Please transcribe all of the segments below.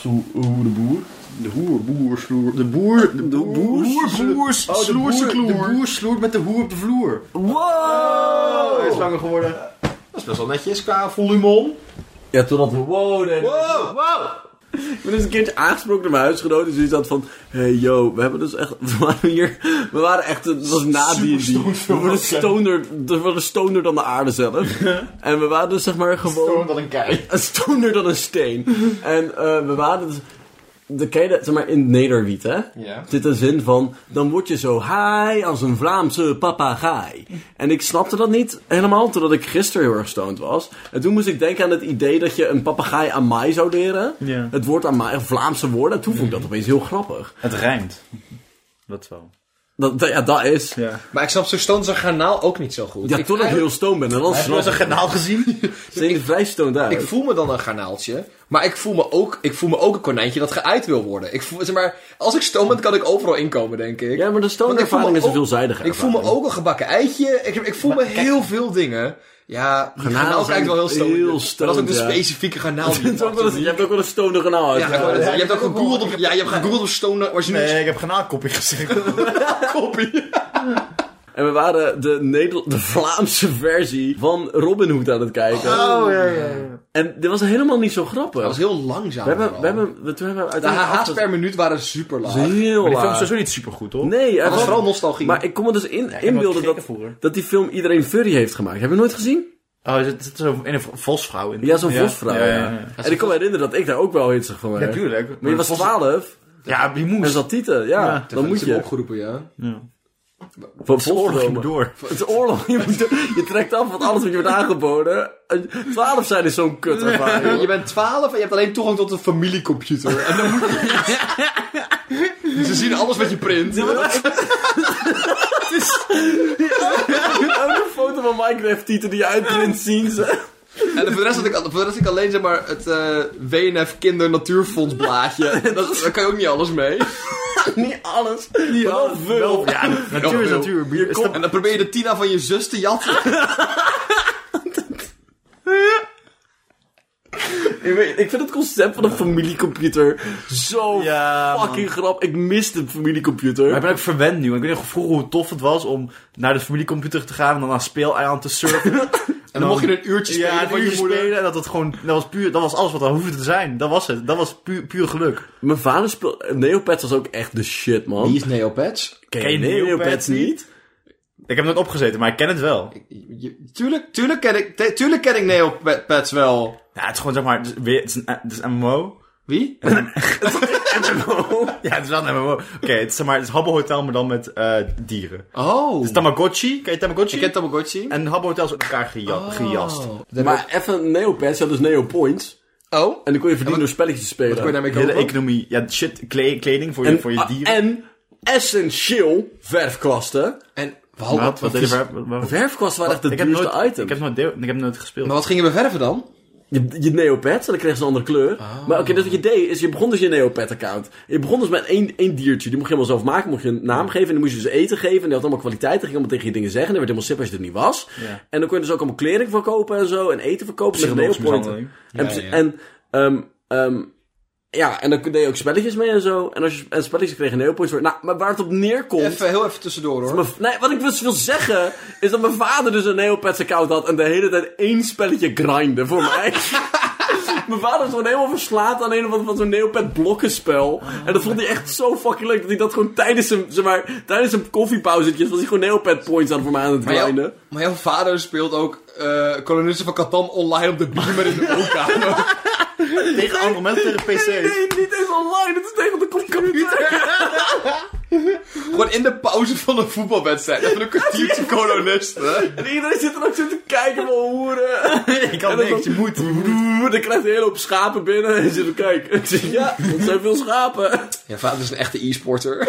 zo- hoerenboer. De hoer, boer, sloer. De boer, de, de boer, hoer, boers, oh, de sloerse boer, kloer. De boer sloert met de hoer op de vloer. Wow! Hij is langer geworden. Dat is best wel netjes qua volume. Ja, totdat we wow deden. Wow! Wow! Ik ben dus een keertje aangesproken door mijn huisgenoot. Die zoiets had van... Hey yo, we hebben dus echt... We waren hier... We waren echt... een- Het was na D&D. We waren stoner... We waren stoner dan de aarde zelf. En we waren dus zeg maar gewoon... Gewoon dat een kei. Een stoner dan een steen. En eh, we waren dus... De, ken je dat, zeg maar, in het Nederwiet, hè? Ja. Zit een zin van... Dan word je zo high als een Vlaamse papegaai. En ik snapte dat niet helemaal, totdat ik gisteren heel erg stoned was. En toen moest ik denken aan het idee dat je een papegaai aan mij zou leren. Ja. Het woord aan mij, een Vlaamse woord. En toen vond ik dat opeens heel grappig. Het rijmt. Dat wel. Dat, dat- ja, dat is... Ja. Maar ik snap zo'n stand zo'n garnaal ook niet zo goed. Ja, ik, totdat ik heel stoned ben. En dan snap ik. kanaal gezien? Zijn je vrij stoned uit. ik voel me dan een garnaaltje, maar ik voel me ook, ik voel me ook een konijntje dat geuit wil worden. Ik voel, zeg maar, als ik stoom ben, kan ik overal inkomen, denk ik. ja, maar de stoned Want ik voel me ervaring is een ook- veelzijdige ik voel me ervaring. ook een gebakken eitje. Ik, ik voel me heel veel dingen. Ja, die Garnalen garnaal zijn kijkt wel heel stoned. heel maar dat is ook stoned, een ja. specifieke garnaal. die Het is ook wel eens- Je hebt ook wel een stoned kanaal uit. Ja, ik wou net zeggen, je hebt ook gegoogeld op, ja, je hebt gegoogeld op stoner origineel. Nee, ik heb garnaalkoppie gezegd. En we waren de, Neder- de Vlaamse versie van Robin Hood aan het kijken. Oh, ja, ja, ja. En dit was helemaal niet zo grappig. Dat was heel langzaam. we hebben, vooral. we hebben, we, toen hebben we de uiteindelijk... hh's per minuut waren super laag. Dat is heel Maar die laag. film is sowieso niet supergoed, hoor. Nee, hij Dat was was- vooral nostalgie. maar ik kon me dus in, heb inbeelden wat gekke dat, vroeger. dat die film iedereen furry heeft gemaakt. Heb je nooit gezien? Oh, er zit zit zo'n ene v- vosvrouw in. Ja, zo'n vosvrouw. Ja, Ja, ja, ja. En ik kon me herinneren dat ik daar ook wel hitsig van werd. Natuurlijk. Maar je was 12 Ja, die moest. en zat tieten. Ja, dan moet je. opgeroepen, ja. Van vosvrouwen. ging door. Het is oorlog. Je, moet- je trekt af van alles wat je wordt aangeboden. 12 zijn is zo'n kut ervaring. Eh, Je bent 12 en je hebt alleen toegang tot een familiecomputer. En dan moet je iets. Ze zien alles wat je print. Elke foto van Minecraft-tieten die je uitprint zien ze. En voor de rest had ik, voor de rest had ik alleen zeg maar, het eh, WNF Kinder Natuurfonds blaadje. Dat, daar kan je ook niet alles mee. Niet alles. Niet alles. Wel, ja, natuur is Wel. natuur. bier is En dan probeer je de Tina van je zus te jatten. Ik, weet- ik vind het concept van een familiecomputer zo Ja, man. fucking grappig. Ik mis de familiecomputer. Maar ik ben ook verwend nu. Ik weet nog vroeger hoe tof het was om naar de familiecomputer te gaan en dan aan speeleiland te surfen. en En dan mocht je een uurtje spelen ja, van een je uurtje moeder. spelen en dat het gewoon, dat was puur, dat was alles wat er hoefde te zijn. Dat was het. Dat was puur, puur geluk. Mijn vader speelt... Neopets was ook echt de shit, man. Wie is Neopets? Ken je Neopets niet? Ik heb nooit opgezeten, maar ik ken het wel. Je- Tuurlijk, tuurlijk ken ik, te- tuurlijk ken ik Neopets wel. Ja, het is gewoon zeg maar, het is, weer- het is, een, het is een MMO. Wie? Ja, het is wel een MMO. Oké, het is zeg maar, het is Habbo Hotel, maar dan met eh, dieren. Oh. Het is Tamagotchi, ken je Tamagotchi? Ik ken Tamagotchi. En Habbo Hotel is uit elkaar geja- gejast. Maar even Neopets, je had dus Neopoints. Oh. En die kon je verdienen door spelletjes te spelen. Wat kon je daarmee De hele kopen? economie, ja, shit, kle- kleding voor je, en, voor je ah, dieren. en essentieel verfkwasten. En Wat? wat, Wat wat deden is- we- wa- wa- Verfkwasten waren echt ik het heb duurste nooit, item. Ik heb nooit, deel- ik heb nooit gespeeld. Maar wat gingen we verven dan? Je, je neopets, en dan kreeg ze een andere kleur. Ah. Maar oké, dus wat je deed, is je begon dus je neopet-account. Je begon dus met één, één diertje. Die mocht je helemaal zelf maken, mocht je een naam geven. En die moest je dus eten geven. En die had allemaal kwaliteit. Dan ging allemaal tegen je dingen zeggen. En dan werd helemaal sip als je er niet was. Ja. En dan kon je dus ook allemaal kleding verkopen en zo. En eten verkopen. Met Psychologische neopointen. mishandeling. En, Ja, ja. en, ehm, ehm, ja, en dan deed je ook spelletjes mee en zo. En als je en spelletjes kreeg je neopoints voor. Nou, maar waar het op neerkomt... Even, heel even tussendoor hoor. Mijn v- Nee, wat ik dus wil zeggen, is dat mijn vader dus een Neopets-account had en de hele tijd één spelletje grindde voor mij. mijn vader was gewoon helemaal verslaafd aan een of ander van zo'n Neopet-blokkenspel. en dat vond hij echt zo fucking leuk dat hij dat gewoon tijdens een, zeg maar, tijdens een koffiepauzetje was hij gewoon Neopet-points aan voor mij aan het Maar jouw, grinden. maar jouw vader speelt ook eh kolonisten van Catan online op de beamer in de woonkamer. Tegen andere mensen, tegen Nee, PC's. nee, niet eens online, het is tegen de computer. Gewoon in de pauze van een voetbalwedstrijd. Even een kwartiertje kolonisten. en iedereen zit er ook zo te kijken van hoeren. Ik kan En dan niks, je moet. Dan krijgt hij een hele hoop schapen binnen en hij zit er kijk. Ik zeg, ja, dat zijn veel schapen. Ja, vader is een echte e-sporter.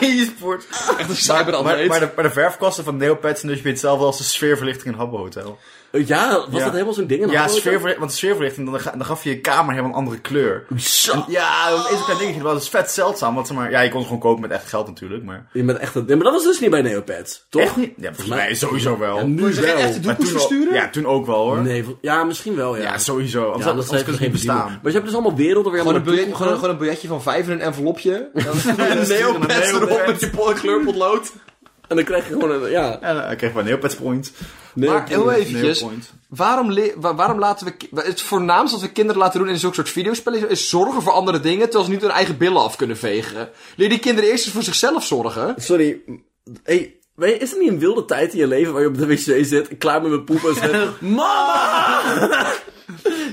E-sport. Echt een Maar, cyberatleet. maar, de, maar de verfkosten van Neopets zijn dus weer hetzelfde als de sfeerverlichting in Habbo Hotel. Ja, was Ja. dat helemaal zo'n ding? in Ja, Hamburg? sfeerverlichting, want de sfeerverlichting, dan, ga- dan gaf je je kamer helemaal een andere kleur. Zo. Ja, dat is een klein dingetje, maar dat is vet zeldzaam. Want zeg maar, ja, je kon het gewoon kopen met echt geld natuurlijk, maar... Je bent echt een... ja, maar dat was dus niet bij Neopets, toch? Echt niet? Ja, volgens mij sowieso wel. Ja, Maar nu wel. toen wel- versturen? Ja, toen ook wel hoor. Nee, vol- ja, misschien wel, ja. Ja, sowieso. Anders, had- anders kunnen ze niet verdienen. bestaan. Maar je hebt dus allemaal werelden weer Gewoon een, helemaal biljet, gewoon, gewoon een biljetje van vijf in een envelopje. En Een neopets erop met je pol- kleurpotlood. En dan krijg je gewoon een... Ja, En dan kreeg ik een Neopets point. Maar heel eventjes, Neopets. waarom, le- wa- waarom laten we... ki- Het voornaamste wat we kinderen laten doen in zulke soort videospellen... is- is zorgen voor andere dingen, terwijl ze niet hun eigen billen af kunnen vegen. Leer die kinderen eerst eens voor zichzelf zorgen. Sorry. Hey, weet je, is er niet een wilde tijd in je leven waar je op de wc zit, klaar met mijn poep en zegt... Mama!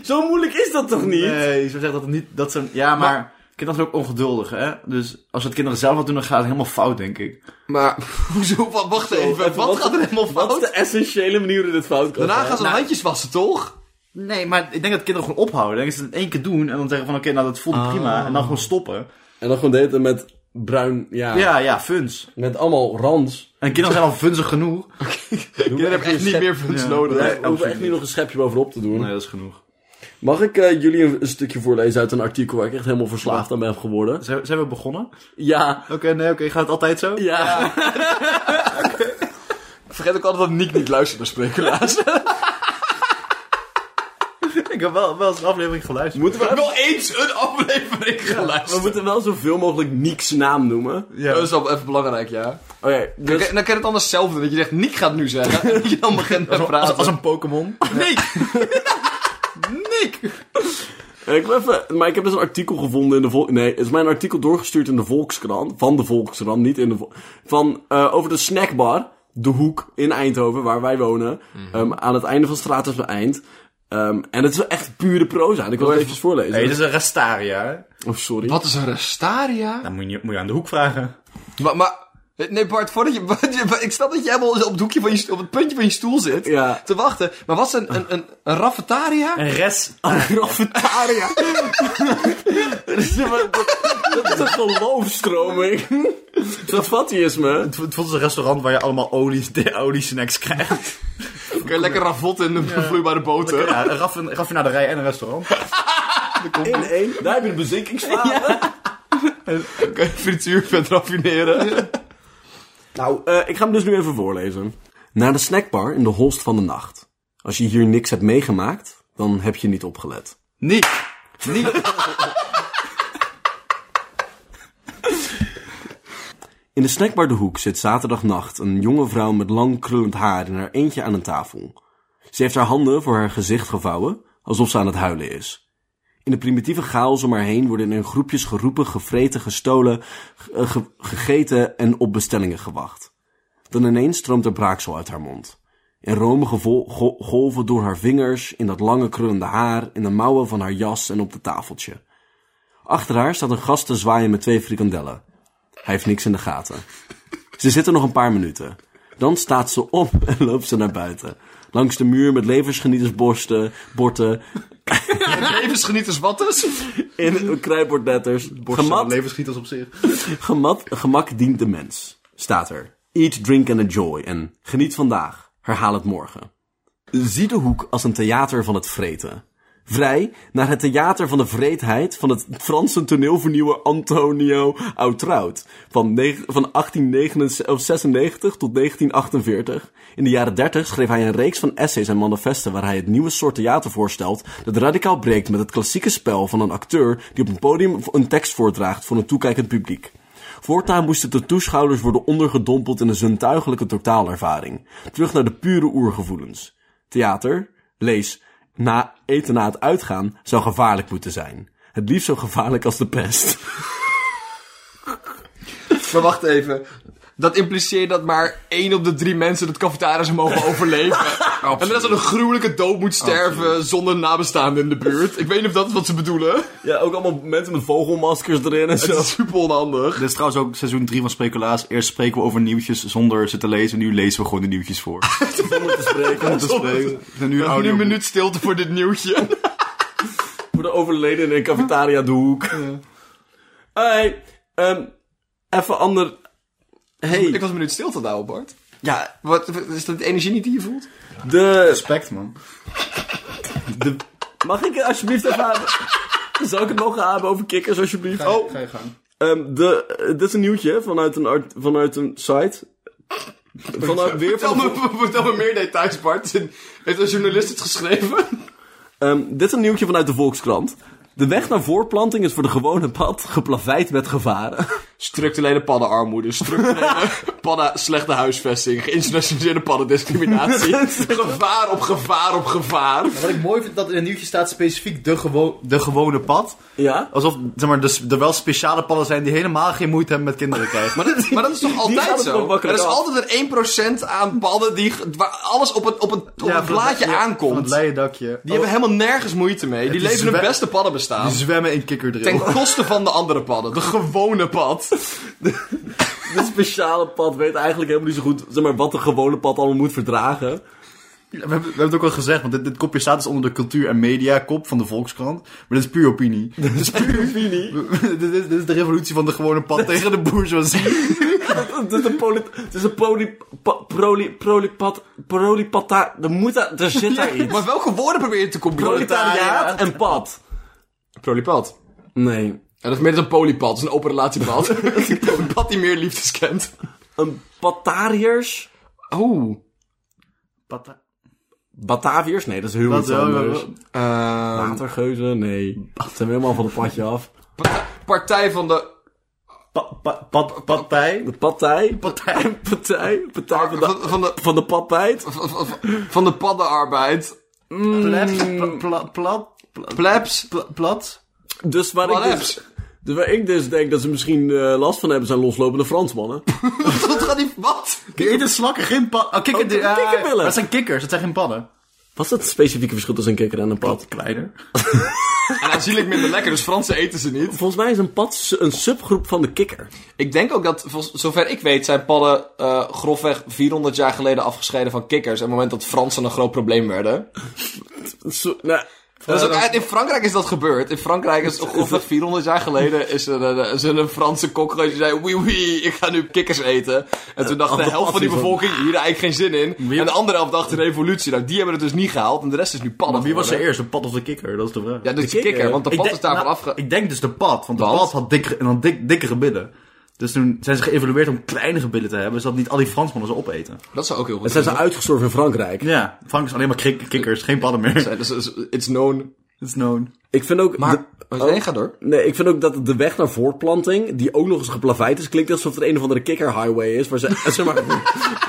Zo moeilijk is dat toch niet? Nee, zo zeggen dat het niet. Dat ze, ja, maar, kinderen zijn ook ongeduldig, hè? Dus als het kinderen zelf wat doen, dan gaat het helemaal fout, denk ik. Maar, hoezo? Wa- Wacht even, wat, gaat er helemaal Wat is fout? de essentiële manier hoe dit fout kan Daarna gaan? gaan ze hun handjes wassen, toch? Nee, maar ik denk dat kinderen gewoon ophouden. Ik denk dat ze het één keer doen en dan zeggen van oké, nou dat voelde prima. En dan gewoon stoppen. En dan gewoon daten met bruin... Ja, Ja, ja, funs. met allemaal rans. En kinderen zijn al funzig genoeg. Kinderen hebben echt niet meer funds nodig. Daar hoeven we echt niet nog een schepje bovenop te doen. Nee, dat is genoeg. Mag ik eh, jullie een, een stukje voorlezen uit een artikel waar ik echt helemaal verslaafd aan ben geworden? Zijn, zijn we begonnen? Oké, Ja, nee, oké, gaat het altijd zo? ja. Vergeet ook altijd dat Nick niet luistert naar speculaas. Ik heb wel, wel eens een aflevering geluisterd. Moeten we, wel eens een aflevering we geluisterd. moeten wel zoveel mogelijk Nieks naam noemen. Ja. Dat is wel even belangrijk, ja. Oké, dus... Dan kan het anders zelf doen. Dat je zegt, Nick gaat nu zeggen. En dat je dan begint te praten. Als een Pokémon. Eh, Ik wil even, maar ik heb dus een artikel gevonden in de Volkskrant. Nee, het is mijn artikel doorgestuurd in de Volkskrant. Van de Volkskrant, niet in de Vol- Van, eh, over de snackbar. De hoek in Eindhoven, waar wij wonen. ehm, aan het einde van Straat is mijn eind. Ehm, en het is echt pure proza. En ik wil het even voorlezen. Nee, dit is een Restaria. hè? Oh, sorry. Wat is een restaria? Dan moet je, moet je aan de hoek vragen. Maar, maar- nee Bart, voordat je, wat je- ik snap dat jij helemaal op het, hoekje van je, sto- op het puntje van je stoel zit Ja. te wachten. Maar wat is een, een, een, een raffetaria? Een res. Grafetaria. Dus, dat, dat is een geloofstroming. Dat fattisme. Het voelt als een restaurant waar je allemaal olie, olie snacks krijgt. Kun je lekker ravotten in een vloeibare boter. Ja, een raffin- raffinaderij en een restaurant. In één. Daar heb je de bezinkingsfase. Kun je frituur vet raffineren. Nou, eh, ik ga hem dus nu even voorlezen. Naar de snackbar in de holst van de nacht. Als je hier niks hebt meegemaakt, dan heb je niet opgelet. Niet. In de snackbar De Hoek zit zaterdagnacht een jonge vrouw met lang krullend haar in haar eentje aan een tafel. Ze heeft haar handen voor haar gezicht gevouwen, alsof ze aan het huilen is. In de primitieve chaos om haar heen worden in groepjes geroepen, gevreten, gestolen, ge- eh, ge- gegeten en op bestellingen gewacht. Dan ineens stroomt er braaksel uit haar mond. In romige vol- go- golven door haar vingers, in dat lange krullende haar, in de mouwen van haar jas en op het tafeltje. Achter haar staat een gast te zwaaien met twee frikandellen. Hij heeft niks in de gaten. Ze zitten nog een paar minuten. Dan staat ze op en loopt ze naar buiten. Langs de muur met levensgenietersborsten, borden, Levensgenieters wat dus? in kruipbordletters, gemat, Levensgieters op zich. Gemat, gemak dient de mens, staat er. Eat, drink and enjoy en geniet vandaag, herhaal het morgen. Zie de hoek als een theater van het vreten. Vrij naar het theater van de vreedheid van het Franse toneelvernieuwer Antonio Outrout van, neg- van 1896 tot 1948. In de jaren 30 schreef hij een reeks van essays en manifesten waar hij het nieuwe soort theater voorstelt dat radicaal breekt met het klassieke spel van een acteur die op een podium een tekst voordraagt voor een toekijkend publiek. Voortaan moesten de toeschouwers worden ondergedompeld in een zintuigelijke totaalervaring. Terug naar de pure oergevoelens. Theater, lees, na eten na het uitgaan zou gevaarlijk moeten zijn. Het liefst zo gevaarlijk als de pest. Maar wacht even. Dat impliceert dat maar één op de drie mensen het cafetaria's mogen overleven. en dat ze een gruwelijke dood moet sterven zonder nabestaanden in de buurt. Ik weet niet of dat is wat ze bedoelen. Ja, ook allemaal mensen met vogelmaskers erin en Dat is super onhandig. Dit is trouwens ook seizoen 3 van Speculaas. Eerst spreken we over nieuwtjes zonder ze te lezen. Nu lezen we gewoon de nieuwtjes voor. te spreken. Om te spreken. En nu Nu audio. een minuut stilte voor dit nieuwtje. Voor de overleden in een cafetaria de hoek. Hey, ehm, even ander... Ik Hey, was een minuut stilte daar, Bart. ja, Wat, is dat de energie niet die je voelt? de... Respect, man. de mag ik het alsjeblieft even hebben? Zou ik het mogen hebben over kikkers, alsjeblieft? Ga je gang. Ehm, de, eh, dit is een nieuwtje vanuit een, art- vanuit een site. Vanuit weer Vertel van de vo- me, vertel me meer details, Bart. Heeft een journalist het geschreven? Ehm, dit is een nieuwtje vanuit de Volkskrant. De weg naar voorplanting is voor de gewone pad geplaveid met gevaren. Structurele paddenarmoede, structurele padden slechte huisvesting, geïnternationaliseerde paddendiscriminatie, gevaar op gevaar op gevaar. Wat ik mooi vind, dat in het nieuwtje staat specifiek de, gewo de gewone pad. Ja? Alsof zeg maar, dus er wel speciale padden zijn die helemaal geen moeite hebben met kinderen krijgen. Maar dat, maar dat is toch gaat altijd het gewoon zo? wakker Er is af. altijd een 1% aan padden die, waar alles op een, op een, op een plaatje Van aankomt. het Die leien dakje. hebben helemaal nergens moeite mee. Die is leven hun zwe- beste Die paddenbestaan. zwemmen in kikkerdril. Ten koste van de andere padden. De gewone pad. Dit speciale pad weet eigenlijk helemaal niet zo goed zeg maar, wat een gewone pad allemaal moet verdragen. We hebben, we hebben het ook al gezegd, want dit, dit kopje staat dus onder de cultuur- en media-kop van de Volkskrant. Maar dit is puur opinie. Dit is puur opinie. dit, is, dit is de revolutie van de gewone pad tegen de bourgeoisie. Het is een polit... Het is een poli... pa- Proli... Prolipat... Prolipata... Er moet daar... Er zit daar iets. Maar welke woorden probeer je te combineren? Proletariaat en pad. Prolipad. Nee. En dat is meer dan een polypad, dat is een open relatiepad. een pad die meer liefdes kent. Een patariërs? Oeh. Pata- Bataviërs? Nee, dat is heel Wat iets wel, anders. wel, wel. Ehm, Watergeuzen? Nee. Ze zijn helemaal van het padje af. partij van de... Pa- pa- pa- Partij. De partij? Partij? Partij? Partij van de... Van, van de... Van de padpijt? van- van- Van de paddenarbeid. Pleb. Plat. Plat. Plebs. pla- Plat. Dus waar ik dus, Plebs. dus waar ik dus denk dat ze misschien eh, last van hebben zijn loslopende Fransmannen. Wat gaat die... Wat? Die eten slakken, geen pad. Oh, kikker, Oh, kikkerbillen. Dat zijn kikkers, dat zijn geen padden. Wat is het specifieke verschil tussen een kikker en een pad? Kleiner. En aanzienlijk minder lekker, dus Fransen eten ze niet. Volgens mij is een pad su- een subgroep van de kikker. Ik denk ook dat, vol- zover ik weet, zijn padden eh, grofweg 400 jaar geleden afgescheiden van kikkers. En het moment dat Fransen een groot probleem werden. Zo- nou, Dat is ook, uit- in Frankrijk is dat gebeurd. In Frankrijk is grofweg 400 jaar geleden is er een, is er een Franse kok geweest die zei: Oui, oui, ik ga nu kikkers eten. En toen dacht de helft van die bevolking hier eigenlijk geen zin in. En de andere helft dacht de revolutie. Nou, die hebben het dus niet gehaald. En de rest is nu padden. Maar wie was er geworden. eerst, de pad of de kikker? Dat is de vraag. Ja, dus de kikker, want de pad is daarvan nou, afge. ik denk dus de pad, want de Want? pad had, dik, en had dik, dikkere billen. Dus toen zijn ze geëvalueerd om kleinere billen te hebben, zodat niet al die Fransmannen ze opeten. Dat zou ook heel goed dan zijn ze uitgestorven in Frankrijk. Ja, Frank is alleen maar kik- kikkers, geen padden meer. zijn. Dus is- it's known. It's known. Ik vind ook... Maar. de- Nee, ga door. Nee, ik vind ook dat de weg naar voortplanting, die ook nog eens geplaveid is, klinkt alsof het een of andere kikker highway is, waar ze, zeg maar,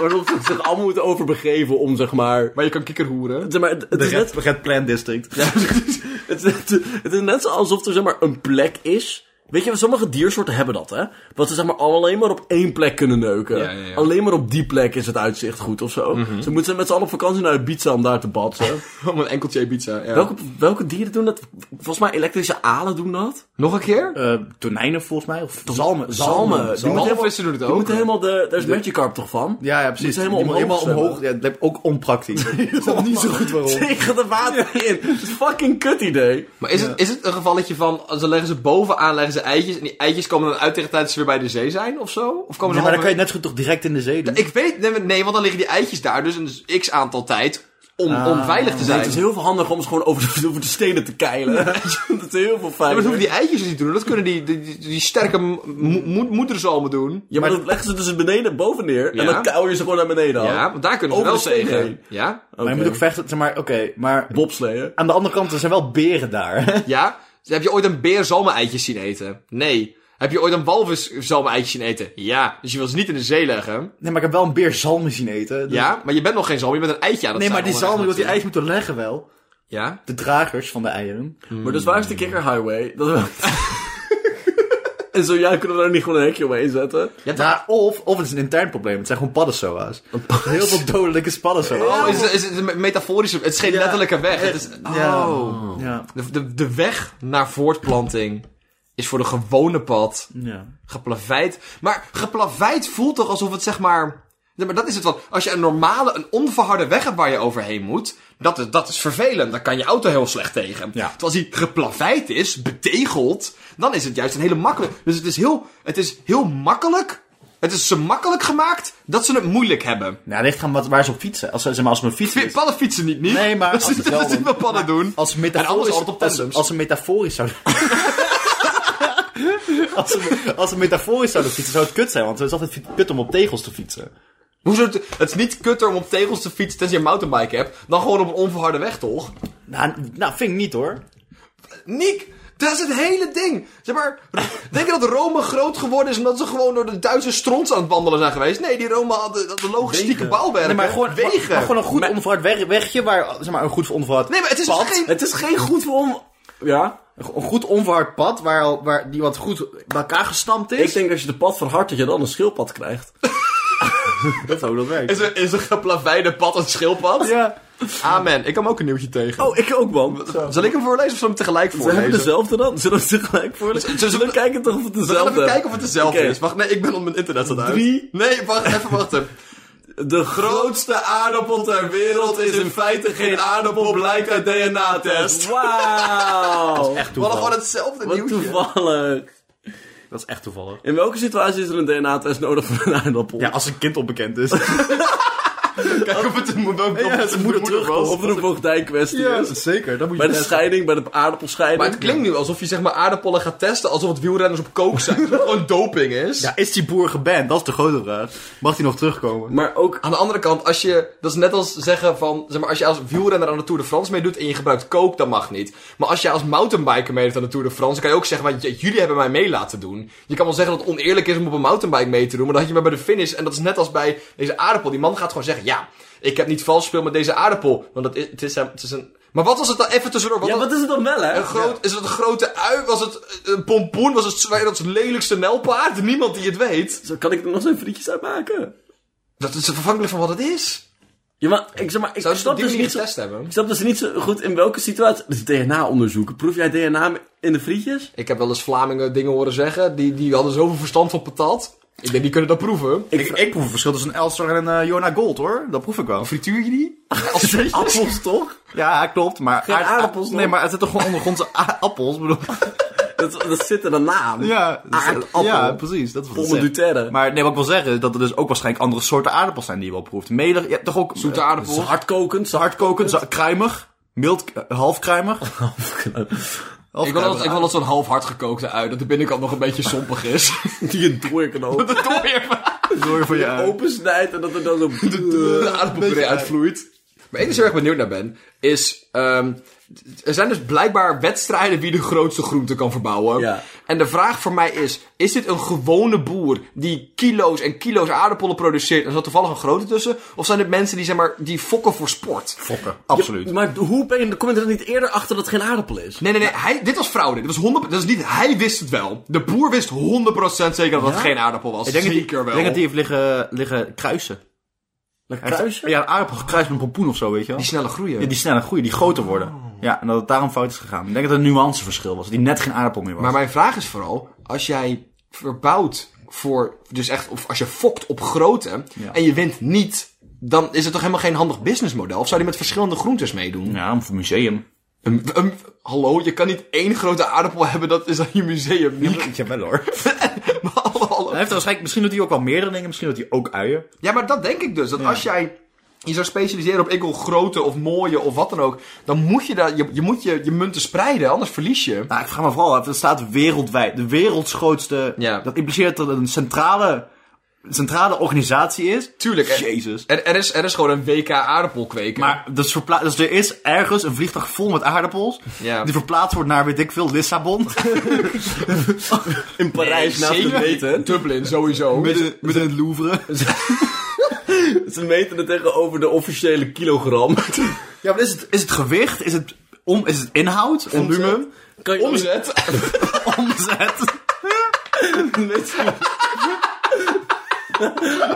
waarop ze zich allemaal moeten overbegeven om, zeg maar... Maar je kan kikkerhoeren. Zeg maar het, het De is net Red, Red Plant District. het, is- het, het is net zo alsof er zeg maar een plek is. Weet je, sommige diersoorten hebben dat, hè? Dat ze zeg maar alleen maar op één plek kunnen neuken. Ja, Mhm. ja, ja. Alleen maar op die plek is het uitzicht goed of zo. Ze moeten met z'n allen op vakantie naar Ibiza om daar te batsen. Om een enkeltje Ibiza. Ja. welke, welke dieren doen dat? Volgens mij elektrische alen doen dat. Nog een keer? Eh, tonijnen volgens mij, of zalmen. Zalmen. Die moeten helemaal, Walvissen doen het die ook, moeten hè? helemaal de, daar is Magikarp toch van? Ja, ja, precies. Moeten helemaal Die moet omhoog helemaal omhoog. Ja, dat lijkt ook onpraktisch. Ik snap niet zo goed waarom. Tegen de water in. Dat is fucking kut idee. Maar is, het, is het een gevalletje van, ze leggen ze bovenaan, leggen ze eitjes, en die eitjes komen dan uit tegen de tijd dat ze weer bij de zee zijn, of zo? Of komen Nee, ze maar dan kan je halverwege- het net zo goed toch direct in de zee doen. Ik weet, nee, nee, want dan liggen die eitjes daar dus een x aantal tijd om, om veilig te zijn. Het is heel veel handiger om ze gewoon over de, over de stenen te keilen. dat is heel veel Ja, maar fijner. dat hoeven die eitjes dus niet te doen, dat kunnen die, die, die, die sterke mo- mo- moederzalmen doen. Ja, maar, dan leggen ze dus beneden en boven neer. En Ja. dan kauw je ze gewoon naar beneden af. Ja, want daar kunnen ze Over wel de zee tegen. heen. Ja? Maar je moet ook vechten, zeg maar, oké, maar... bobsleeën. Aan de andere kant, er zijn wel beren daar. Ja? Dus Heb je ooit een beer zalmen-eitjes zien eten? Nee. Heb je ooit een walvis zalmen-eitjes zien eten? Ja. Dus je wil ze niet in de zee leggen. Nee, maar ik heb wel een beer zalmen zien eten. Dus- Ja? Maar je bent nog geen zalm, je bent een eitje aan het Nee, maar die zalm zalmen, dat die eitjes moeten leggen wel. Ja? De dragers van de eieren. Maar dus waar is de kikker highway? Dat en zo ja, kunnen we daar niet gewoon een hekje omheen zetten? Ja, of, of het is een intern probleem. Het zijn gewoon paddensoa's. Heel veel dodelijke paddensoa's. Oh, is, is het een metaforische... Het is geen Ja. letterlijke weg. Het is, Ja. oh. Ja. De, de, de weg naar voortplanting is voor de gewone pad ja. geplaveid. Maar geplaveid voelt toch alsof het zeg maar... Nee, maar dat is het wat. Als je een normale, een onverharde weg hebt waar je overheen moet, dat is, dat is vervelend. Daar kan je auto heel slecht tegen. Ja. Terwijl als die geplaveid is, betegeld, dan is het juist een hele makkelijk. Dus het is heel, het is heel makkelijk. Het is ze makkelijk gemaakt dat ze het moeilijk hebben. Nou, ligt gaan wat, waar ze op fietsen. Als, ze- zeg maar, als ze op een fiets Fi- is. Padden fietsen niet, niet? Nee, maar Dat als is het wel dat is doen. wat padden doen. Als ze En alles metaforisch, altijd op als, tandems. als ze metaforisch zouden... Als ze, als ze metaforisch zouden fietsen, zou het kut zijn, want het is altijd fi- kut om op tegels te fietsen. Hoezo? het- Het is niet kutter om op tegels te fietsen tenzij je een mountainbike hebt, dan gewoon op een onverharde weg, toch? Nou, nou vind ik niet hoor. Niek, dat is het hele ding. Zeg maar, denk je dat Rome groot geworden is omdat ze gewoon door de Duitse stront aan het wandelen zijn geweest? Nee, die Rome hadden, hadden logistieke bouwwerken. Nee, maar gewoon, wegen. maar gewoon een goed onverhard weg, wegje waar, zeg maar, een goed onverhard nee, maar het is dus pad. geen... Het is geen goed voor om... Ja? Een goed onverhard pad waar, al- waar die wat goed bij elkaar gestampt is. Ik denk als je de pad verhardt, dat je dan een schildpad krijgt. dat zou dat werkt. Is een, is een geplaveide pad een schildpad? Ja. Amen. Ik kwam ook een nieuwtje tegen. Oh, ik ook, man. Zal ik hem voorlezen of zal ik hem tegelijk Ze hebben voorlezen? dezelfde dan. Zullen we ze gelijk voorlezen? Zullen we- Zullen we kijken toch of het We gaan dezelfde even kijken of het dezelfde Oké. is. Wacht, nee, ik ben op mijn internet aan het uit. Drie. Nee, wacht, even wachten. De groot... grootste aardappel ter wereld is in feite geen aardappel, blijkt uit DNA-test. Wauw! Echt We hadden toevallig. gewoon hetzelfde Wat nieuwtje. toevallig. Dat is echt toevallig. In welke situatie is er een DNA-test nodig voor een aardappel? Ja, als een kind onbekend is. Kijk of het, of het zijn moeder terugkomt. Of er een voogdijkwestie is. zeker. Dat moet Bij de scheiding, bij de aardappelscheiding. Maar het klinkt nu alsof je zeg maar aardappelen gaat testen alsof het wielrenners op kook zijn. Alsof het gewoon doping is. Ja, is die boer geband? Dat is de grote vraag. Mag hij nog terugkomen? Maar ook... Aan de andere kant, als je, dat is net als zeggen van, zeg maar, als je als wielrenner aan de Tour de France meedoet en je gebruikt coke, dat mag niet. Maar als je als mountainbiker meedoet aan de Tour de France, dan kan je ook zeggen, maar, j- jullie hebben mij mee laten doen. Je kan wel zeggen dat het oneerlijk is om op een mountainbike mee te doen, maar dan had je maar bij de finish. En dat is net als bij deze aardappel. Die man gaat gewoon zeggen, ja, ik heb niet vals gespeeld met deze aardappel. Want dat is, het is, hem- het is een... Maar wat was het dan even tussendoor? Wat Ja, was- wat is het dan wel, hè? Een groot, Is het een grote ui? Was het eh, een pompoen? Was het Nederlands lelijkste nelpaard? Niemand die het weet. Zo kan ik er nog zo'n frietjes uit maken. Dat is vervankelijk van wat het is. Ja, maar ik zeg maar, ik Zou ze snap dat dus niet niet zo... getest hebben? Ik snap dus niet zo goed in welke situatie... Dus DNA-onderzoeken. Proef jij DNA in de frietjes? Ik heb wel eens Vlamingen dingen horen zeggen. Die, die hadden zoveel verstand van patat. Ik denk, die kunnen dat proeven. Ik, ik proef een verschil tussen Elstar en eh Jona Gold hoor. Dat proef ik wel. Frituur je die? Als Appels, toch? Ja, klopt. Maar aard- aardappels, Nee, toch? maar het zit toch gewoon ondergrondse a- appels? bedoel. Dat, dat zit er dan naam. Ja, dus, eh, Aardappel. Ja, precies. Dat is wat het Pomme zegt. Duterre. Maar nee, wat ik wil zeggen is dat er dus ook waarschijnlijk andere soorten aardappels zijn die je wel proeft. Melig, je hebt toch ook... Zoete eh, aardappel. Hardkokend, zacht. Hardkokend, za- kruimig, mild, eh, half kruimig. Half Ik wil, dat, kruimig. ik wil dat zo'n half hard gekookte ui. Dat de binnenkant nog een beetje sompig is. Die een dooier kan open. Dat doe je Door voor je ui. opensnijdt en dat er dan zo... de aardappelpuree uitvloeit. Maar één ding waar ik benieuwd naar ben, is... ehm, er zijn dus blijkbaar wedstrijden wie de grootste groente kan verbouwen. Ja. En de vraag voor mij is, is dit een gewone boer die kilo's en kilo's aardappelen produceert en er zat toevallig een grote tussen? Of zijn dit mensen die, zeg maar, die fokken voor sport? Fokken, absoluut. Ja, maar hoe ben je, kom je er niet eerder achter dat het geen aardappel is? Nee, nee, nee, hij, dit was fraude. Dit was 100, dat is niet, hij wist het wel. De boer wist 100% zeker dat het geen aardappel was. Ik denk, dat die, zeker ik wel. denk dat die heeft liggen, liggen kruisen. Lekker kruisje? Ja, een aardappel gekruist met een pompoen of zo, weet je wel. Die Oh. snelle groeien. Die, die sneller groeien, die groter worden. Ja, en dat het daarom fout is gegaan. Ik denk dat het een nuanceverschil was. Dat die net geen aardappel meer was. Maar mijn vraag is vooral, als jij verbouwt voor, dus echt, of als je fokt op grootte Ja. en je wint niet, dan is het toch helemaal geen handig businessmodel? Of zou die met verschillende groentes meedoen? Ja, om voor museum. Een, een- hallo, je kan niet één grote aardappel hebben, dat is dan je museum. niet. Jawel hoor. maar, hallo, hallo. Hij heeft waarschijnlijk, misschien doet hij ook wel meerdere dingen. Misschien doet hij ook uien. Ja, maar dat denk ik dus. Dat als jij je zou specialiseren op ik wil grote of mooie of wat dan ook, dan moet je daar, je, je moet je, je munten spreiden, anders verlies je. Nou, ik vraag me vooral af. Er staat wereldwijd. De werelds grootste. Ja. Dat impliceert dat het een centrale, centrale organisatie is. Tuurlijk, hè. Jezus. Er, er, is, er is gewoon een WK aardappel kweken. Maar dus, verpla- dus er is ergens een vliegtuig vol met aardappels. Ja. Die verplaatst wordt naar, weet ik veel, Lissabon. In Parijs naast Zeker. de meter. Dublin, sowieso. midden, midden in het Louvre. Ze meten het tegenover de officiële kilogram. Ja, maar is het, is het gewicht? Is het, om, is het inhoud? Volume? Kan je Omzet. Omzet?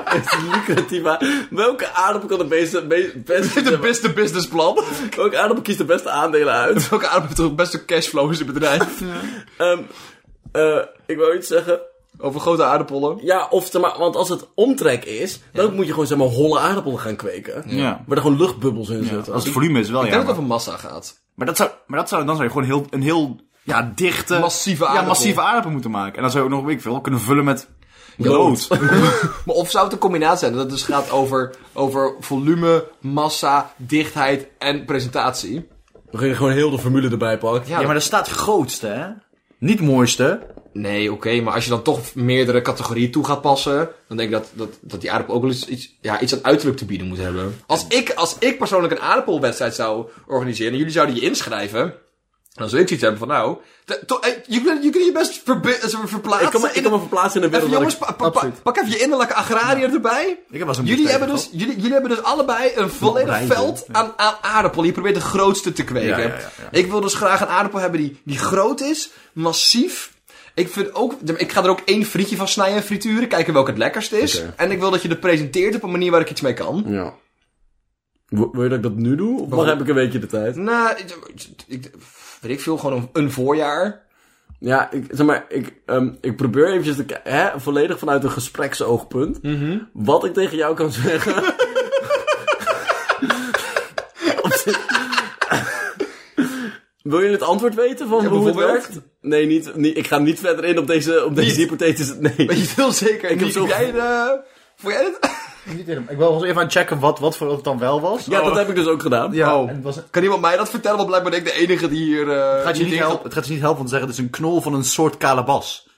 Het lucratief, maar welke aardappel kan de beste... be- beste De beste businessplan. welke aardappel kiest de beste aandelen uit? Welke aardappel heeft toch het beste cashflow in zijn bedrijf? Ehm, eh, ik wou iets zeggen. Over grote aardappelen. Ja, of zeg maar, want als het omtrek is, dan moet je gewoon zeg maar holle aardappelen gaan kweken. Ja. Waar er gewoon luchtbubbels in zitten. Als het volume is wel, Ik ja. denk dat Maar, het over massa gaat. maar dat zou, maar dat zou, dan zou je gewoon heel, een heel ja, dichte... Massieve aardappel. Ja, massieve aardappel moeten maken. En dan zou je ook nog, weet ik veel, kunnen vullen met brood. Maar of zou het een combinatie zijn? Dat het dus gaat over, over volume, massa, dichtheid en presentatie. We gingen gewoon heel de formule erbij pakken. Ja, Ja, maar er staat grootste, hè? Niet mooiste. Nee, oké, maar als je dan toch meerdere categorieën toe gaat passen, dan denk ik dat, dat, dat die aardappel ook wel eens iets, ja, iets aan uiterlijk te bieden moet hebben. Als ik, als ik persoonlijk een aardappelwedstrijd zou organiseren en jullie zouden je inschrijven, dan zou ik zoiets hebben van nou, de- to- eh, je kunt je, kunt je best verbe- eh, ver- verplaatsen. Ik kan, me, ik in kan me het- verplaatsen in de Even wereld. jongens, waar pa- pa- pa- pak even je innerlijke agrariër erbij. Ik heb wel zo'n Jullie boek hebben, dus, jullie, jullie hebben dus allebei een volledig rijtje, veld aan, aan aardappelen. Je probeert de grootste te kweken. Ja, ja, ja, ja. Ik wil dus graag een aardappel hebben die, die groot is, massief. Ik, vind ook, ik ga er ook één frietje van snijden en frituren, kijken welke het lekkerst is. Oké. En ik wil dat je het presenteert op een manier waar ik iets mee kan. ik- Ja. Wil wil je dat ik dat nu doe? Of mag heb ik een weekje de tijd? Nou, ik, ik- weet ik veel, gewoon een, een voorjaar. Ja, ik, zeg maar, ik, ehm, ik probeer eventjes te, ki- hè, volledig vanuit een gespreksoogpunt. Wat ik tegen jou kan zeggen. Op zich- Wil je het antwoord weten van hoe het bijvoorbeeld? werkt? Nee, niet, niet, ik ga niet verder in op deze, op deze hypothetische... Nee. Maar je wil zeker Ik heb niet. zo- Jij de, vond jij het? Niet in hem. Ik wil wel even aan het checken wat, wat voor het dan wel was. Ja, dat heb ik dus ook gedaan. Ja, Oh. en het was een- Kan iemand mij dat vertellen? Want blijkbaar ben ik de enige die hier... eh, het gaat je niet in- helpen, het gaat je niet helpen om te zeggen, het is een knol van een soort kalebas.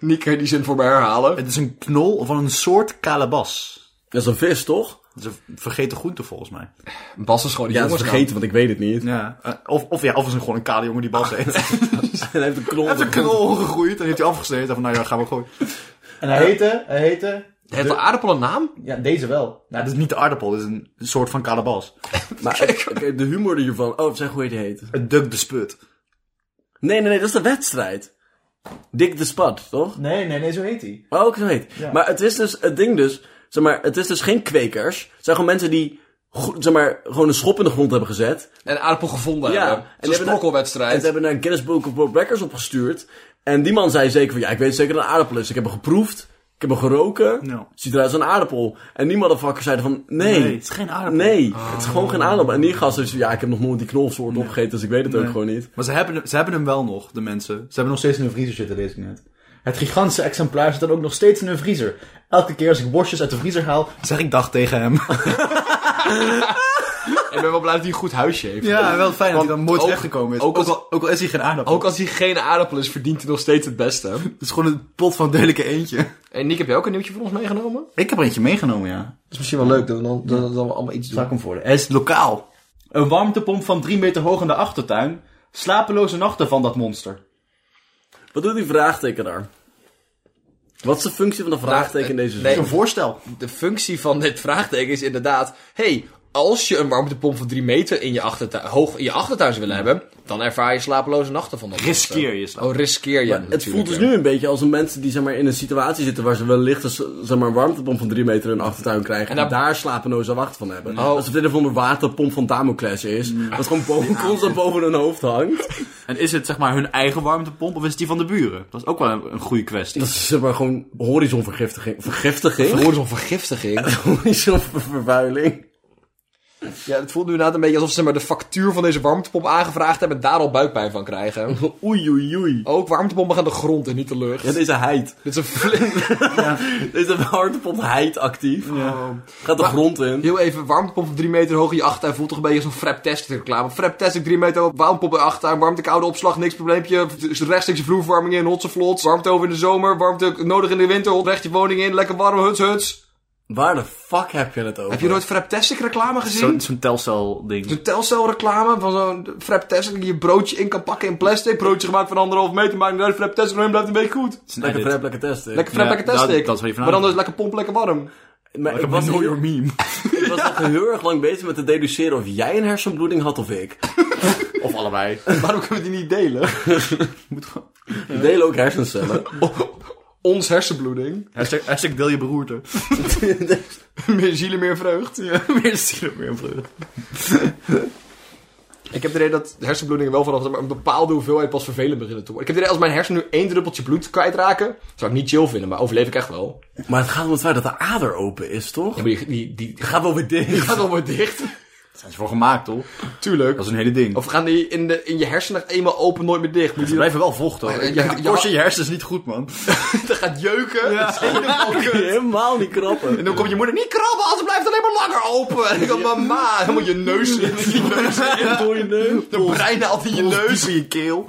Nick, kan je die zin voor mij herhalen? Het is een knol van een soort kalebas. Dat is een vis, toch? Dat is een vergeten groente volgens mij. Bas is gewoon de Ja, dat is jongensnaam. vergeten, want ik weet het niet. Ja. eh, of, of ja, of het is een, gewoon een kale jongen die bas heeft. Hij Hij heeft een knol. heeft een knol gegroeid en heeft hij afgesneden. Van nou ja, gaan we gooien. En hij heette, hij heette, Heeft de aardappel een naam? ja deze wel. Nou, dat is niet de aardappel, dat is een soort van kalebas. Maar eh, oké, de humor hiervan... Oh, zeg hoe je die heet. Het duck de sput. Nee, nee, nee, dat is de wedstrijd. Dick de Spat, toch? Nee, nee, nee, zo heet hij. Maar ook zo heet. Ja. Maar het is dus, het ding dus, zeg maar, het is dus geen kwekers. Het zijn gewoon mensen die, go- zeg maar, gewoon een schop in de grond hebben gezet. Een aardappel gevonden Ja, hebben. en Zo'n hebben En sprokkelwedstrijd. ze hebben naar een Guinness Book of World Records opgestuurd. En die man zei zeker van, ja, ik weet zeker dat het een aardappel is. Ik heb hem geproefd. Ik heb hem geroken. Ja. Ziet eruit als een aardappel. En die motherfucker zei van, nee. Nee, het is geen aardappel. Oh. Nee, het is gewoon geen aardappel. En die gast is van, ja, ik heb nog nooit die knolsoort opgegeten, dus ik weet het ook gewoon niet. Maar ze hebben, hem- ze hebben hem wel nog, de mensen. Ze hebben nog steeds in hun vriezer zitten, lees ik net. Het gigantische exemplaar zit dan ook nog steeds in hun vriezer. Elke keer als ik worstjes uit de vriezer haal, zeg ik dag tegen hem. Ik ben wel blij dat hij een goed huisje heeft. Ja, wel fijn dat hij dan nooit ook- weggekomen is. ook Ook, als- al, ook al is hij geen aardappel. Ook als hij geen aardappel is, verdient hij nog steeds het beste. Het is gewoon een pot van dodelijke eentje. En Nick, heb jij ook een nieuwtje voor ons meegenomen? Dat Ik heb er eentje meegenomen, ja. is misschien wel leuk, dan, dan, dan, dan we allemaal iets Zal ik hem voor. Hij is lokaal. Een warmtepomp van 3 meter hoog in de achtertuin. Slapeloze nachten van dat monster. Wat doet die vraagteken daar? Wat is de functie van de vraagteken in deze nee. zin? Een voorstel. De functie van dit vraagteken is inderdaad... hey, als je een warmtepomp van 3 meter in je achtertuin, hoog in je achtertuin zou willen hebben... dan ervaar je slapeloze nachten van dat Riskeer je slaap. Oh, riskeer je Het natuurlijk, voelt dus ja. nu een beetje als een mensen die zeg maar, in een situatie zitten waar ze wellicht een, zeg maar, een warmtepomp van 3 meter in een achtertuin krijgen. En, Nou. En daar- daar slapeloze wacht van hebben. Oh. Alsof dit een van de waterpomp van Damocles is. Dat gewoon boven, constant boven hun hoofd hangt. En is het zeg maar hun eigen warmtepomp of is het die van de buren? Dat is ook wel een, een goede kwestie. Dat is zeg maar, gewoon horizonvergiftiging. Vergiftiging? Voor zo'n vergiftiging. Horizonvervuiling. Ja, het voelt nu inderdaad een beetje alsof ze maar de factuur van deze warmtepomp aangevraagd hebben en daar al buikpijn van krijgen. Oei, oei, oei. Ook warmtepompen gaan de grond en niet de lucht. Ja, deze heid. Dit is een flink... Deze warmtepomp heid actief. Gaat de grond in. Heel even, warmtepomp van 3 meter hoog in je achtertuin voelt toch een beetje als een Frap Test reclame. Frap Test, ik 3 meter hoog, warmtepomp in je achtertuin, warmte, koude opslag, niks probleempje. Dus Rechtstreeks je vloerverwarming in, hotse vlots. Warmte over in de zomer, warmte nodig in de winter, hot recht je woning in, lekker warm, huts huts. Waar de fuck heb je het over? Heb je nooit Frap Test reclame gezien? Zo'n zo'n telcel ding. Zo'n telcelreclame van zo'n fraptest die je broodje in kan pakken in plastic. Broodje gemaakt van anderhalf meter, maakt niet uit. Fraptest van hem blijft een beetje goed. Lekker prep, lekker testen. Lekker frap, Ja, lekker test dat- ik. dat is waar je maar dan vandaan dus lekker pomp, lekker warm. Maar ik was, heel, meme. ik was echt heel erg lang bezig met te deduceren of jij een hersenbloeding had of ik. Of allebei. Waarom kunnen we die niet delen? We delen ook hersencellen. Ons hersenbloeding. Hashtag, hashtag deel je beroerte. meer zielen, meer vreugd. Meer stieren, meer vreugde. Ik heb de reden dat hersenbloedingen wel vanaf een bepaalde hoeveelheid pas vervelend beginnen te worden. Ik heb de reden als mijn hersen nu één druppeltje bloed kwijtraken, zou ik niet chill vinden, maar overleef ik echt wel. Maar het gaat om het feit dat de ader open is, toch? Ja, maar die, die, die Ga wel weer dicht. gaat alweer dicht. Zijn ze voor gemaakt, toch? Tuurlijk. Dat is een hele ding. Of gaan die in, de, in je hersenen eenmaal open, nooit meer dicht? Moet Ze die- blijven wel vocht, hoor. Ja, Eh, Ja, ja, ja. je hersens niet goed, man. dat gaat jeuken. Dat is helemaal kut. Helemaal niet En krappen. dan komt je moeder niet krabben, anders blijft het alleen maar langer open. En dan kan mama helemaal je neus in, je neus in. Door je neus. De breinaald in je neus. in je keel.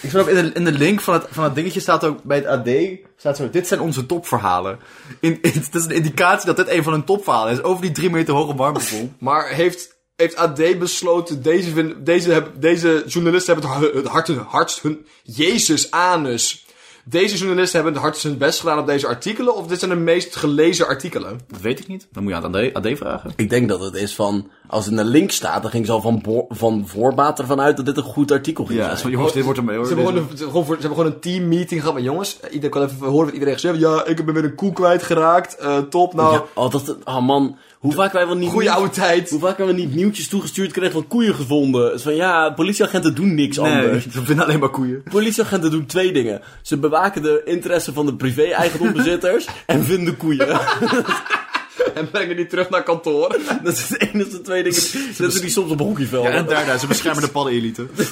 Ik snap, in, de, in de link van het, van het dingetje staat ook bij het AD, staat zo, dit zijn onze topverhalen. In, in- het is een indicatie dat dit een van hun topverhalen is, over die drie meter hoge warmtebom. Maar heeft, heeft AD besloten, deze, vin- deze, heb- deze journalisten hebben het, hu- het hart, hun, hardst hun... Jezus, anus. Deze journalisten hebben het hardst hun best gedaan op deze artikelen, of dit zijn de meest gelezen artikelen? Dat weet ik niet, dan moet je aan het AD, AD vragen. Ik denk dat het is van, als het in de link staat, dan ging ze al van, bo- van voorbaat ervan uit dat dit een goed artikel ging Ja, zijn. zo, jongens, dit wordt hem hoor. Ze hebben, gewoon een, ze, hebben gewoon voor- ze hebben gewoon een teammeeting gehad met jongens. Iedereen kan even horen wat iedereen gezegd heeft. Ja, ik ben weer een koe kwijtgeraakt. eh top, nou, Ja, oh, dat, oh man, hoe vaak wij wel niet... goede nieuws- oude tijd. Hoe vaak hebben we niet nieuwtjes toegestuurd kregen van koeien gevonden? Het is van ja, politieagenten doen niks Nee, anders. ze vinden alleen maar koeien. Politieagenten doen twee dingen. Ze bewaken de interesse van de privé-eigendombezitters en vinden koeien. En brengen die terug naar kantoor. dat is het enige twee dingen. die- Dat doen die soms op Ja, hockeyvelden. en daarna, ze beschermen de paddenelite.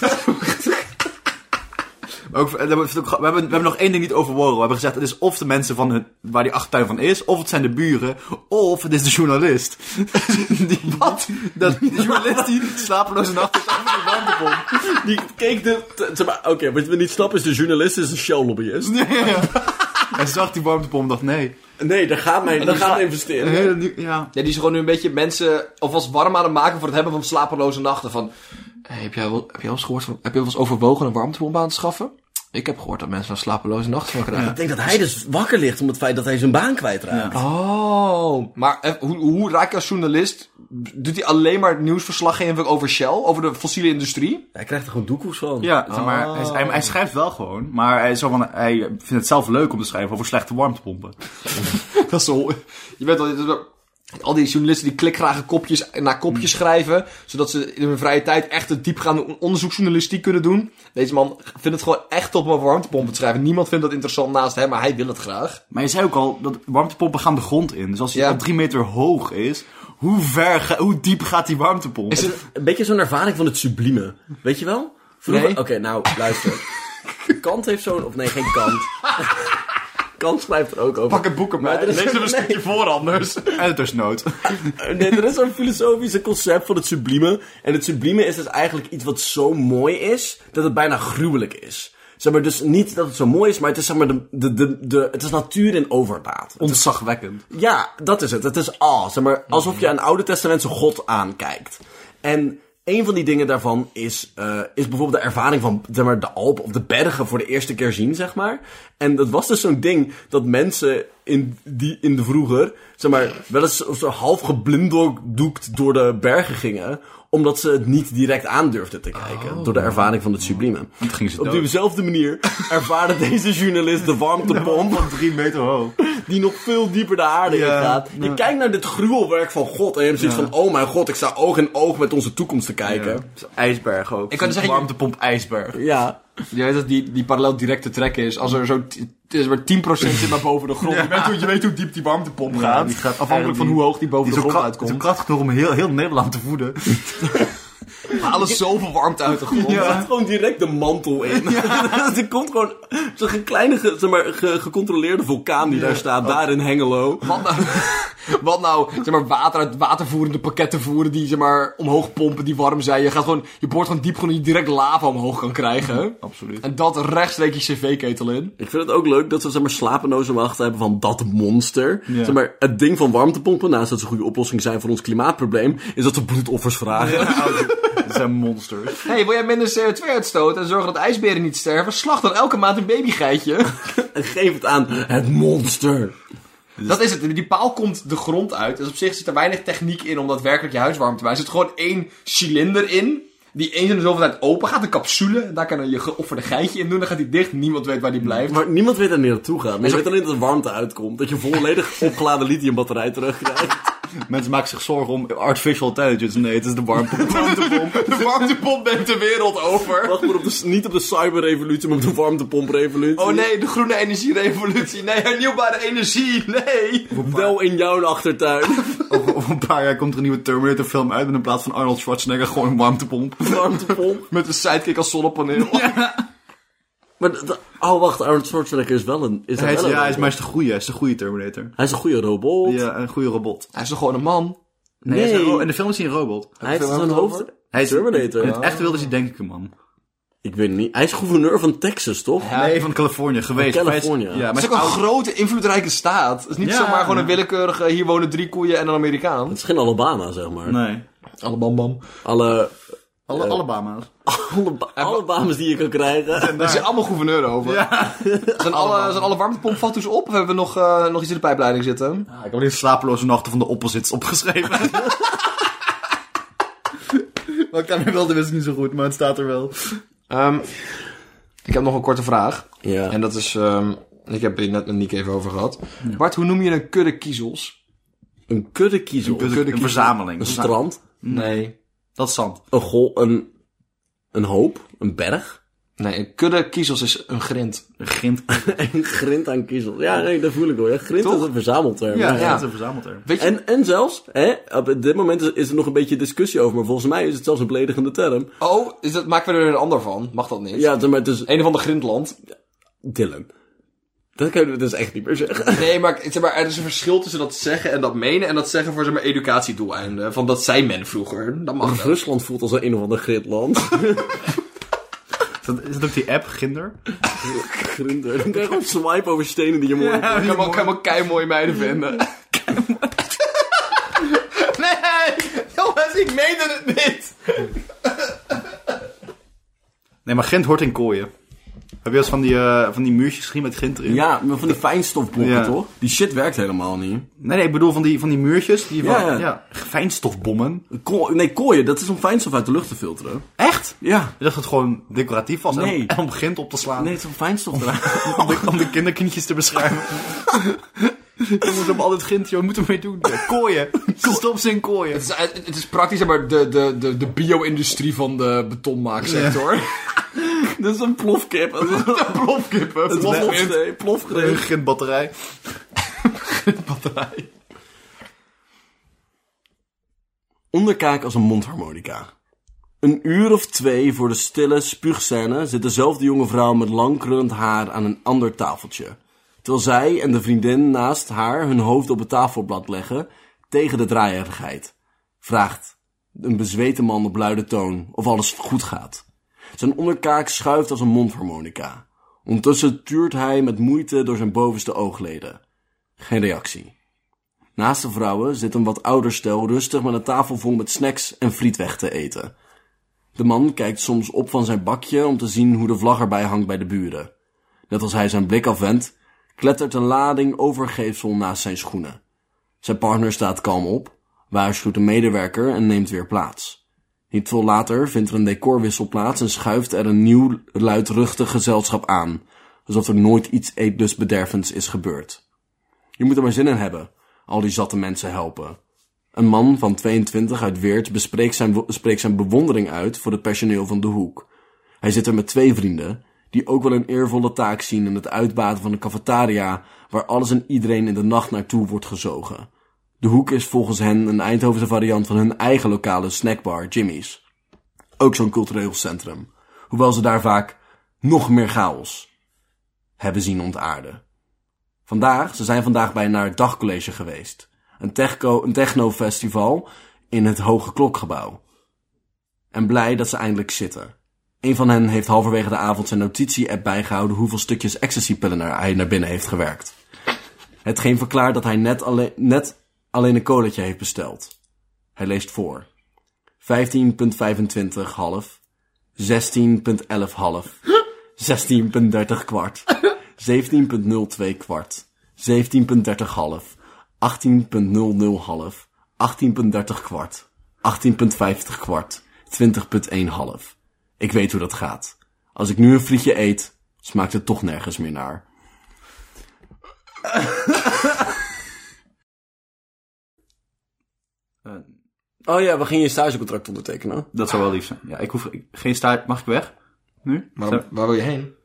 Maar ook, we, hebben, we, hebben, we hebben nog één ding niet overwogen. We hebben gezegd, het is of de mensen van hun, waar die achtertuin van is, of het zijn de buren, of het is de journalist. die, wat? Dat, de journalist die slapeloze nachten is over de warmtebom. Die keek de... te- zeg maar, Oké, wat we niet snappen is de journalist is een Shell-lobbyist. Ja, ja. Hij zag die warmtebom en dacht, nee. Nee, daar gaat mij, daar gaat mij investeren. Een hele nieuw- ja. Ja, die is gewoon nu een beetje mensen alvast warm aan het maken voor het hebben van slapeloze nachten. Van, hey, heb, jij wel, heb jij wel eens gehoord van, heb je wel eens overwogen een warmtebomb aan te schaffen? Ik heb gehoord dat mensen daar slapeloze nachten van krijgen. Ik denk dat hij dus wakker ligt om het feit dat hij zijn baan kwijtraakt. Oh, maar eh, hoe, hoe raak je als journalist, doet hij alleen maar nieuwsverslaggeving over Shell, over de fossiele industrie? Hij krijgt er gewoon doekoes van. Ja, zeg maar, hij, hij, hij schrijft wel gewoon, maar hij, is zo van, hij vindt het zelf leuk om te schrijven over slechte warmtepompen. Dat is zo, je weet al, al die journalisten die klikgrage kopjes na kopjes Mm. schrijven, zodat ze in hun vrije tijd echt een diepgaande onderzoeksjournalistiek kunnen doen. Deze man vindt het gewoon echt top om over warmtepompen te schrijven. Niemand vindt dat interessant naast hem, maar hij wil het graag. Maar je zei ook al, dat warmtepompen gaan de grond in. Dus als die Ja. al drie meter hoog is, hoe, ver ga- hoe diep gaat die warmtepomp? Is het, Een beetje zo'n ervaring van het sublieme. Weet je wel? Vroeger... Nee. Oké, nou, luister. Kant heeft zo'n... Of nee, geen Kant. Kant schrijft er ook over. Pak het boek erbij. Maar er is- Lees hem een nee. stukje voor anders. Editorsnood. Nee, er is zo'n filosofische concept van het sublieme. En het sublieme is dus eigenlijk iets wat zo mooi is, dat het bijna gruwelijk is. Zeg maar, dus niet dat het zo mooi is, maar het is, zeg maar, de, de, de, de, het is natuur in overdaad. Ontzagwekkend. Ja, dat is het. Het is ah, zeg maar, alsof Mhm. je een oude testamentse god aankijkt. En een van die dingen daarvan is, eh, is bijvoorbeeld de ervaring van zeg maar, de Alpen of de bergen voor de eerste keer zien, zeg maar. En dat was dus zo'n ding dat mensen in, die, in de vroeger, zeg maar, wel eens zo half geblinddoekt door de bergen gingen omdat ze het niet direct aandurfden te kijken. Door de ervaring van het sublieme. Oh. gingen ze Op dood. dezelfde manier ervaarde deze journalist de warmtepomp Van drie meter hoog. die nog veel dieper de aarde Ja, in gaat. Je ja. kijkt naar dit gruwelwerk van God en je hebt zoiets van, oh mijn god, ik sta oog in oog met onze toekomst te Ja. kijken. Het is een ijsberg ook. Ik kan zeggen- Warmtepomp ijsberg. Ja. Je weet dat die, die parallel direct te trekken is. Als er zo t- het is maar 10% zit naar boven de grond. Je, weet hoe, je weet hoe diep die warmtepomp gaat. die gaat Afhankelijk van eigenlijk- hoe hoog die boven Die de is ook grond kra- het is ook uitkomt. krachtig genoeg om heel, heel Nederland te voeden. Alles zoveel warmte uit de grond. Er zit gewoon direct de mantel in. Dus er komt gewoon zo'n kleine, ge- zeg maar, ge- gecontroleerde vulkaan die daar staat, daar in Hengelo. Wat nou, wat nou zeg maar, water uit watervoerende pakketten voeren die zeg maar, omhoog pompen, die warm zijn. Je, gaat gewoon, je boort gewoon diep genoeg dat je direct lava omhoog kan krijgen. Absoluut. En dat rechtstreeks je cv-ketel in. Ik vind het ook leuk dat ze zeg maar, slapeloze wachten hebben van dat monster. Ja. Zeg maar, het ding van warmtepompen, naast dat ze een goede oplossing zijn voor ons klimaatprobleem, is dat ze bloedoffers vragen. Dat zijn monsters. Hé, hey, wil jij minder CO2 uitstoten en zorgen dat ijsberen niet sterven? Slacht dan elke maand een babygeitje. En geef het aan het monster. Dat is het. Die paal komt de grond uit. Dus op zich zit er weinig techniek in om daadwerkelijk je huis warm te maken. Er zit gewoon één cilinder in. Die eens in de zoveel tijd open gaat. Een capsule. En daar kan je je geofferde geitje in doen. Dan gaat die dicht. Niemand weet waar die blijft. Maar niemand weet daar niet naartoe gaat. Maar je weet alleen dat er warmte uitkomt. Dat je volledig opgeladen lithiumbatterij terugkrijgt. Mensen maken zich zorgen om artificial intelligence. Nee, het is de warmtepomp. warmtepomp. De warmtepomp neemt de wereld over. Wacht maar op de, niet op de cyberrevolutie, maar op de warmtepomprevolutie. Oh nee, de groene energierevolutie. Nee, hernieuwbare energie. Nee. Wel in jouw achtertuin. Over, over een paar jaar komt er een nieuwe Terminator film uit. Met in plaats van Arnold Schwarzenegger gewoon een warmtepomp. warmtepomp. Met een sidekick als zonnepaneel. Maar, d- d- oh wacht, Arnold Schwarzenegger is wel een... Is hij, Hij is, wel een ja, hij is, maar robot? hij is de goede. Hij is de goede Terminator. Hij is een goede robot. Ja, een goede robot. Hij is toch gewoon een man? Nee, Hij is een ro- oh, in de film is hij een robot. hij heeft Heb je zo'n het hoofd... over? Hij is, Terminator. In het echte wilde is hij denk ik een man. Ik weet het niet. Hij is gouverneur van Texas, toch? Nee, van Californië geweest. Californië. Hij is- Ja, Het maar is ook een grote, invloedrijke staat. Het is niet Ja. zomaar gewoon een willekeurige, hier wonen drie koeien en een Amerikaan. Het is geen Alabama, zeg maar. Nee. Allemaal bam. Alle, Alle, Alabama's. alle, ba- alle bames die je kan krijgen. Daar zijn allemaal gouverneur over. Zijn, alle, zijn alle warmtepompvattoes op? Of hebben we nog, eh, nog iets in de pijpleiding zitten? Ah, ik heb alleen slapeloze nachten van de opposites opgeschreven. Wat ik daarmee wilde wist ik niet zo goed, maar het staat er wel. Dus Ehm, ik heb nog een korte vraag. Ja. En dat is... ehm, ik heb hier net met Nick even over gehad. Bart, hoe noem je een kudde kiezels? Een kudde kiezel. Een kudde- een verzameling. Een strand. Nee. Dat is zand. Een gol. Een, een hoop. Een berg. Nee, een kudde kiezels is een grind. Een grind. Een grind aan kiezel. Ja, nee, dat voel ik hoor. Ja, grind Toch? is een verzamelterm. Ja, ja. dat is een verzamelterm. Weet je, En, en zelfs, hè, op dit moment is, is er nog een beetje discussie over, maar volgens mij is het zelfs een beledigende term. oh, is dat, maken we er een ander van? Mag dat niet? Ja, maar het is Een of ander grindland. Dylan. Dat kunnen we dus echt niet meer zeggen. Nee, maar, ik zeg maar er is een verschil tussen dat zeggen en dat menen. En dat zeggen voor zeg maar, educatiedoeleinden. Van dat zei men vroeger. Dat mag wel. Rusland voelt als een een of ander grindland. Is dat, is dat ook die app, Ginder? Grinder. Dan kan je gewoon swipe over stenen die je mooi Ik kan ook helemaal kei mooie meiden vinden. nee, jongens, ik meende het niet. Nee, maar Grind hoort in kooien. Heb je wel eens van die, eh, van die muurtjes gezien met Grind erin? Ja, maar van die fijnstofblokken, Ja. toch? Die shit werkt helemaal niet. Nee, nee, ik bedoel van die, van die muurtjes. Die van, Ja, ja, ja. fijnstofbommen. Ko- nee, kooien, dat is om fijnstof uit de lucht te filteren. Echt? Ja. Je dacht dat het gewoon decoratief was. en- Nee. En om Grind op te slaan. Nee, het is om fijnstof eruit. Om, de, om de kinderkindjes te beschermen. Jongens, we hebben altijd Grind, joh. Moeten we mee doen. Ja, kooien. Stop ze in kooien. Het is, het is praktisch, zeg maar de, de, de, de bio-industrie van de betonmaaksector. dat is een plofkip. Dat is een Plopkippen. het was plofsteek, Een plofgreep. grindbatterij. Onderkaak als een mondharmonica. Een uur of twee voor de stille spuugscène zit dezelfde jonge vrouw met lang krullend haar aan een ander tafeltje. Terwijl zij en de vriendin naast haar hun hoofd op het tafelblad leggen tegen de draaierigheid. Vraagt een bezweten man op luide toon of alles goed gaat. Zijn onderkaak schuift als een mondharmonica. Ondertussen tuurt hij met moeite door zijn bovenste oogleden. Geen reactie. Naast de vrouwen zit een wat ouder stel rustig met een tafel vol met snacks en friet weg te eten. De man kijkt soms op van zijn bakje om te zien hoe de vlag erbij hangt bij de buren. Net als hij zijn blik afwendt, klettert een lading overgeefsel naast zijn schoenen. Zijn partner staat kalm op, waarschuwt een medewerker en neemt weer plaats. Niet veel later vindt er een decorwissel plaats en schuift er een nieuw luidruchtig gezelschap aan, alsof er nooit iets eetlustbedervends is gebeurd. Je moet er maar zin in hebben. Al die zatte mensen helpen. Een man van 22 uit Weert bespreekt zijn, wo- spreekt zijn bewondering uit voor het personeel van de hoek. Hij zit er met twee vrienden, die ook wel een eervolle taak zien in het uitbaten van een cafetaria waar alles en iedereen in de nacht naartoe wordt gezogen. De hoek is volgens hen een Eindhovense variant van hun eigen lokale snackbar, Jimmy's. Ook zo'n cultureel centrum. Hoewel ze daar vaak nog meer chaos hebben zien ontaarden. Vandaag, ze zijn vandaag bij naar het dagcollege geweest. Een, techco, een technofestival in het Hoge Klokgebouw. En blij dat ze eindelijk zitten. Een van hen heeft halverwege de avond zijn notitie-app bijgehouden hoeveel stukjes ecstasypillen naar- hij naar binnen heeft gewerkt. Hetgeen verklaart dat hij net, alle, net alleen een koletje heeft besteld. Hij leest voor. 15.25 half, 16.11 half, 16.30 kwart. 17.02 kwart. 17.30 half. 18.00 half. 18.30 kwart. 18.50 kwart. 20.1 half. Ik weet hoe dat gaat. Als ik nu een frietje eet, smaakt het toch nergens meer naar. Oh ja, we gingen je stagecontract ondertekenen. Dat zou wel lief zijn. Ja, ik hoef ik- geen staart. Mag ik weg? Nu? Maar Zo. waar wil je heen?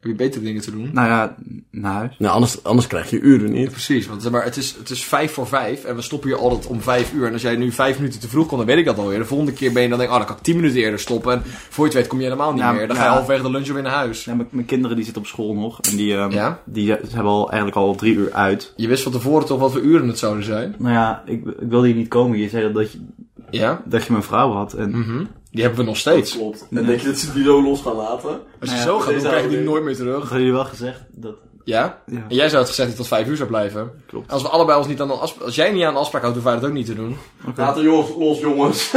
Heb je betere dingen te doen? Nou ja, naar huis. Nou, anders, anders krijg je uren niet. Precies, want zeg maar, het, is, het is vijf voor vijf en we stoppen hier altijd om vijf uur. En als jij nu vijf minuten te vroeg komt, dan weet ik dat alweer. De volgende keer ben je dan denk ik, oh, dan kan ik tien minuten eerder stoppen. En voor je het weet kom je helemaal niet Ja, meer. Dan ja. ga je halverwege de lunch weer naar huis. Ja, mijn, mijn kinderen die zitten op school nog. En die, ehm, Ja? die eh, ze hebben al, eigenlijk al drie uur uit. Je wist van tevoren toch wat voor uren het zouden zijn? Nou ja, ik, ik wilde hier niet komen. Je zei dat, dat, je, Ja? dat je mijn vrouw had. En Mhm. Die hebben we nog steeds. Klopt. En denk je dat ze die zo los gaan laten? Als je zo gaat, dan deze krijg je die houding. nooit meer terug. Hadden jullie wel gezegd dat... Ja? Ja. En jij zou het gezegd dat je tot vijf uur zou blijven. Klopt. Als we allebei ons niet aan de afspraak... Als jij niet aan de afspraak houdt, hoeven wij dat ook niet te doen. Laat de jongens los, jongens.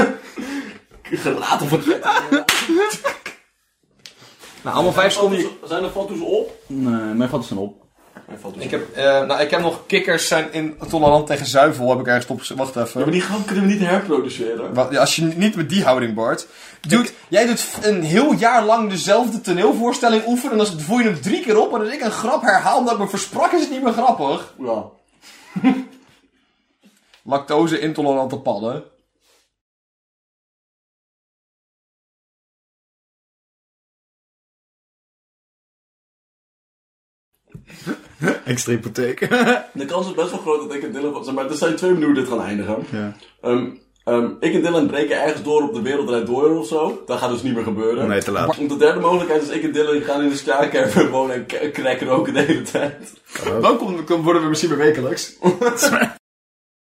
Gelaten van Nou, allemaal vijf seconden... Zijn er foto's op? Nee, mijn foto's zijn op. Nee, foto's op. Ik heb, eh, nou, ik heb nog kikkers zijn in tolerant tegen zuivel, heb ik ergens op. Wacht Ja, maar even. die grap kunnen we niet herproduceren. Wat- ja, Als je niet met die houding Bart. Dude, jij doet f- een heel jaar lang dezelfde toneelvoorstelling oefenen. En dan voer je hem drie keer op. En als ik een grap herhaal omdat ik me versprak, is het niet meer grappig. Ja. Lactose-intolerante padden. Extra hypotheek. De kans is best wel groot dat ik en Dylan... Zeg maar, er zijn twee minuten dit gaan eindigen. Ja. Ehm, ehm, ik en Dylan breken ergens door op de wereld rijdt door of zo. Dat gaat dus niet meer gebeuren. Nee, te laat. Om de derde mogelijkheid is ik en Dylan gaan in de skycamper wonen en k- cracken ook de hele tijd. Dan kom- kom- worden we misschien weer wekelijks.